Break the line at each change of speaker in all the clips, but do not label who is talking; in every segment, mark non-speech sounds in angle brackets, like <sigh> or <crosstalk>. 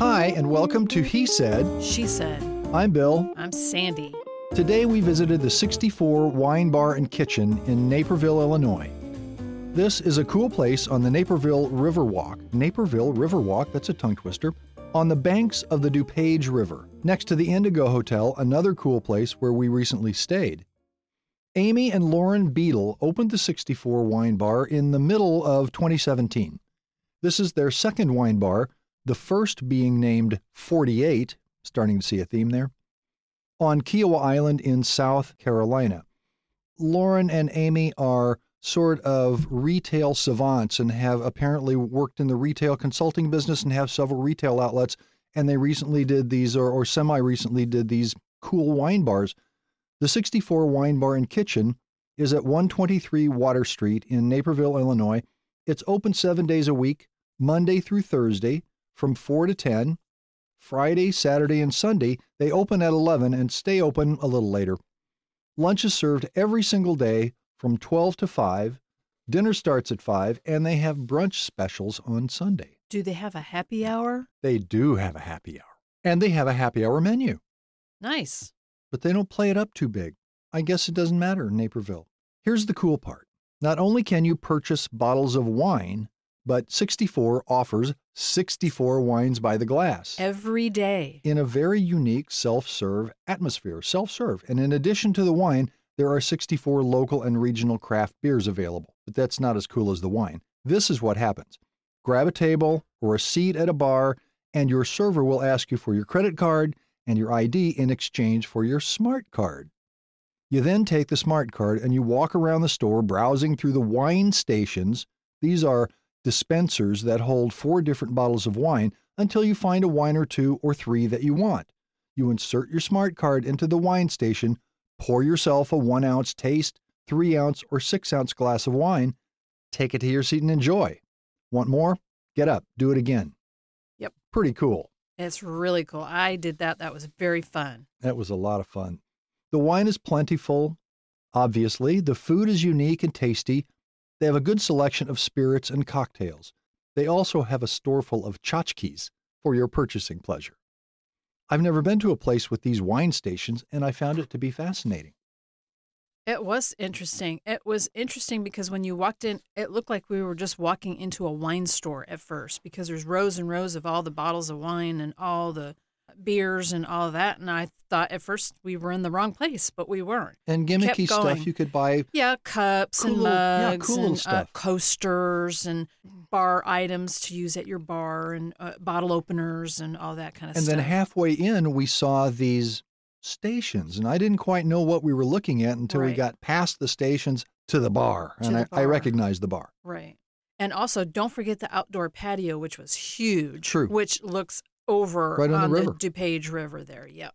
Hi, and welcome to He Said.
She said,
I'm Bill.
I'm Sandy.
Today we visited the 64 Wine Bar and Kitchen in Naperville, Illinois. This is a cool place on the Naperville Riverwalk. Naperville Riverwalk, that's a tongue twister. On the banks of the DuPage River, next to the Indigo Hotel, another cool place where we recently stayed. Amy and Lauren Beadle opened the 64 Wine Bar in the middle of 2017. This is their second wine bar, the first being named 48, starting to see a theme there, on Kiowa Island in South Carolina. Lauren and Amy are sort of retail savants and have apparently worked in the retail consulting business and have several retail outlets. And they recently did these, or, or semi recently did these cool wine bars. The 64 Wine Bar and Kitchen is at 123 Water Street in Naperville, Illinois. It's open seven days a week, Monday through Thursday from 4 to 10. Friday, Saturday, and Sunday, they open at 11 and stay open a little later. Lunch is served every single day from 12 to 5. Dinner starts at 5, and they have brunch specials on Sunday.
Do they have a happy hour?
They do have a happy hour, and they have a happy hour menu,
Nice.
but they don't play it up too big. I guess it doesn't matter in Naperville. Here's the cool part not only can you purchase bottles of wine, but 64 offers 64 wines by the glass.
Every day.
in a very unique self serve atmosphere, self serve. And in addition to the wine, there are 64 local and regional craft beers available. But that's not as cool as the wine. This is what happens grab a table or a seat at a bar, and your server will ask you for your credit card and your ID in exchange for your smart card. You then take the smart card and you walk around the store browsing through the wine stations. These are dispensers that hold four different bottles of wine until you find a wine or two or three that you want. You insert your smart card into the wine station, pour yourself a one ounce taste, three ounce, or six ounce glass of wine, take it to your seat and enjoy. Want more? Get up, do it again.
Yep.
Pretty cool.
It's really cool. I did that. That was very fun.
That was a lot of fun. The wine is plentiful, obviously. The food is unique and tasty. They have a good selection of spirits and cocktails. They also have a store full of tchotchkes for your purchasing pleasure. I've never been to a place with these wine stations, and I found it to be fascinating.
It was interesting. It was interesting because when you walked in, it looked like we were just walking into a wine store at first because there's rows and rows of all the bottles of wine and all the beers and all that. And I thought at first we were in the wrong place, but we weren't.
And
Kept
gimmicky
going.
stuff you could buy.
Yeah, cups
Cool
and
little- yeah,
mugs
cool little
and Uh,
stuff.
coasters and bar items to use at your bar and uh, bottle openers and all that kind of
And
stuff.
then halfway in, we saw these stations, and I didn't quite know what we were looking at until we
Right.
got past the stations to the bar.
To
and
the
I, I
bar.
recognized the bar.
right. And also, don't forget the outdoor patio, which was huge.
True.
Which looks over
Right on the river.
DuPage River there. Yep.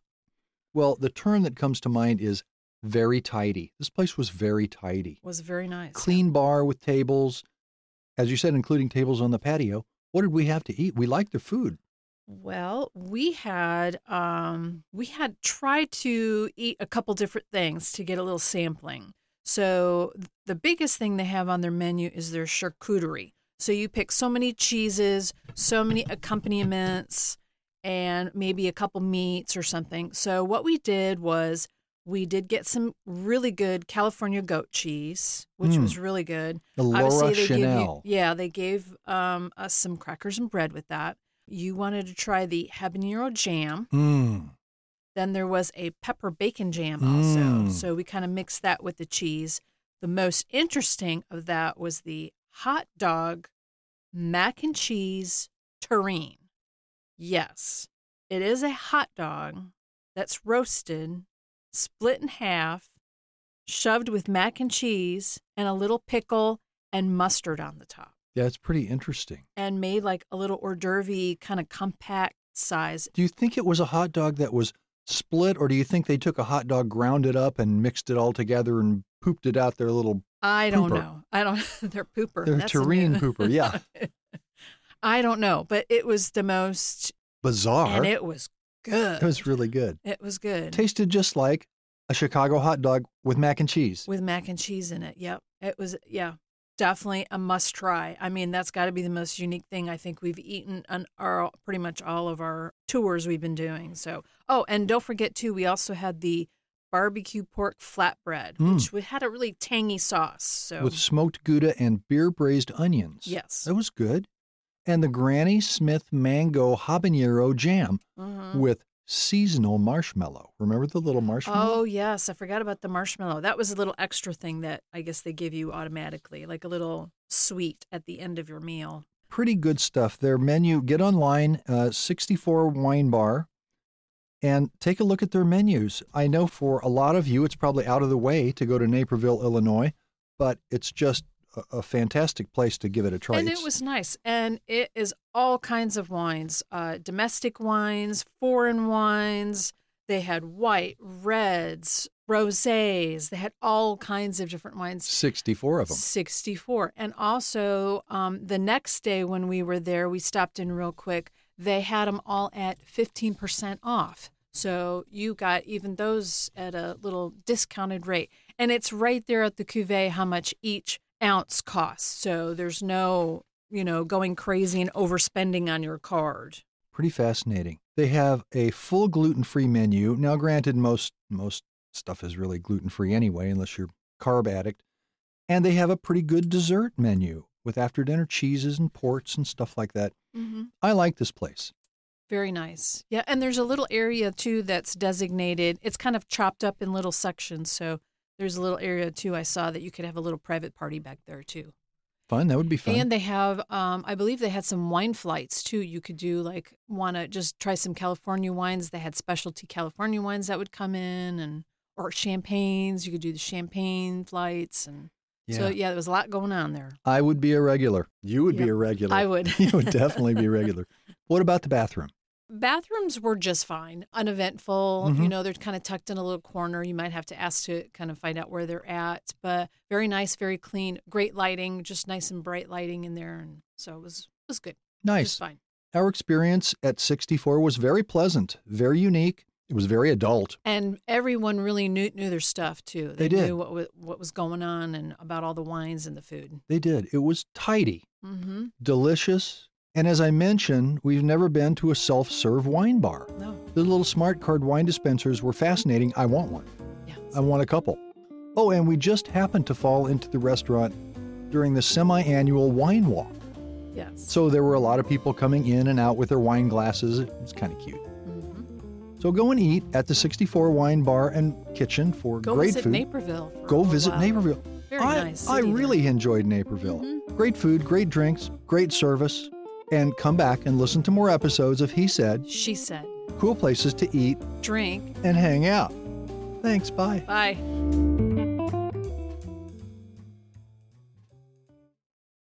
Well, the term that comes to mind is very tidy. This place was very tidy.
Was very nice.
Clean bar with tables, as you said, including tables on the patio. What did we have to eat? We liked the food.
Well, we had um, we had tried to eat a couple different things to get a little sampling. So th- the biggest thing they have on their menu is their charcuterie. So you pick so many cheeses, so many accompaniments, and maybe a couple meats or something. So what we did was we did get some really good California goat cheese, which
Mm.
was really good.
The
Obviously,
Laura
they give you-
Chanel.
yeah, they gave um, us some crackers and bread with that. You wanted to try the habanero jam.
Mm.
Then there was a pepper bacon jam
Mm.
also. So we kind of mixed that with the cheese. The most interesting of that was the hot dog mac and cheese terrine. Yes, it is a hot dog that's roasted, split in half, shoved with mac and cheese and a little pickle and mustard on the top
Yeah, it's pretty interesting.
and made like a little hors d'oeuvre kind of compact size.
Do you think it was a hot dog that was split, or do you think they took a hot dog, ground it up, and mixed it all together and pooped it out their little?
I don't
Pooper.
know. I don't. <laughs> They're pooper.
They're
a
terrine
new-
pooper,
<laughs>
yeah.
I don't know, but it was the most,
Bizarre.
and it was good.
It was really good.
It was good.
Tasted just like a Chicago hot dog with mac and cheese.
with mac and cheese in it. Yep. It was, yeah, definitely a must try. I mean, that's got to be the most unique thing I think we've eaten on our pretty much all of our tours we've been doing. So, oh, and don't forget too, we also had the barbecue pork flatbread,
Mm.
which we had a really tangy sauce. So,
with smoked gouda and beer braised onions.
yes.
That was good. And the Granny Smith mango habanero jam
Mhm.
with seasonal marshmallow. Remember the little marshmallow?
Oh, yes. I forgot about the marshmallow. That was a little extra thing that I guess they give you automatically, like a little sweet at the end of your meal.
Pretty good stuff. Their menu, get online, uh, 64 Wine Bar, and take a look at their menus. I know for a lot of you, it's probably out of the way to go to Naperville, Illinois, but it's just a, a fantastic place to give it a try.
And it
It's-
was nice. And it is all kinds of wines uh, domestic wines, foreign wines. They had white, reds, roses. They had all kinds of different wines.
64 of them.
64. And also, um, the next day when we were there, we stopped in real quick. They had them all at 15% off. So you got even those at a little discounted rate. And it's right there at the cuvee how much each ounce costs. So there's no, you know, going crazy and overspending on your card.
pretty fascinating. They have a full gluten-free menu. Now, granted, most most stuff is really gluten-free anyway, unless you're carb addict. And they have a pretty good dessert menu with after-dinner cheeses and ports and stuff like that.
Mm-hmm.
I like this place.
Very nice. Yeah, and there's a little area too that's designated. It's kind of chopped up in little sections, so there's a little area too I saw that you could have a little private party back there too.
Fun. That would be fun.
And they have um I believe they had some wine flights too. You could do like want to just try some California wines. They had specialty California wines that would come in and or champagnes. You could do the champagne flights and so yeah, there was a lot going on there.
I would be a regular. You would be
Yep.
a regular.
I would.
<laughs> you would definitely
<laughs>
be a regular. What about the bathroom?
Bathrooms were just fine, uneventful.
Mhm.
You know, they're kind of tucked in a little corner. You might have to ask to kind of find out where they're at, but very nice, very clean, great lighting, just nice and bright lighting in there, and so it was it was good,
Nice.
just fine.
Our experience at 64 was very pleasant, very unique. It was very adult.
And everyone really knew knew their stuff too.
They did.
knew what was, what was going on and about all the wines and the food.
They did. It was tidy.
Mm-hmm.
delicious. And as I mentioned, we've never been to a self serve wine bar.
No,
The little smart card wine dispensers were fascinating. I want one.
yeah,
I want a couple. Oh, and we just happened to fall into the restaurant during the semi annual wine walk.
yes.
So there were a lot of people coming in and out with their wine glasses. It was kind of cute.
Mhm.
So go and eat at the 64 Wine Bar and Kitchen for
Go
great
visit
food.
Naperville. for a
go
little
visit
while.
Naperville.
Very
I,
nice.
I
city there.
really enjoyed Naperville.
Mhm.
Great food, great drinks, great service. And come back and listen to more episodes of He Said
She said,
Cool Places to Eat
"Drink,
and Hang Out. Thanks, bye.
bye."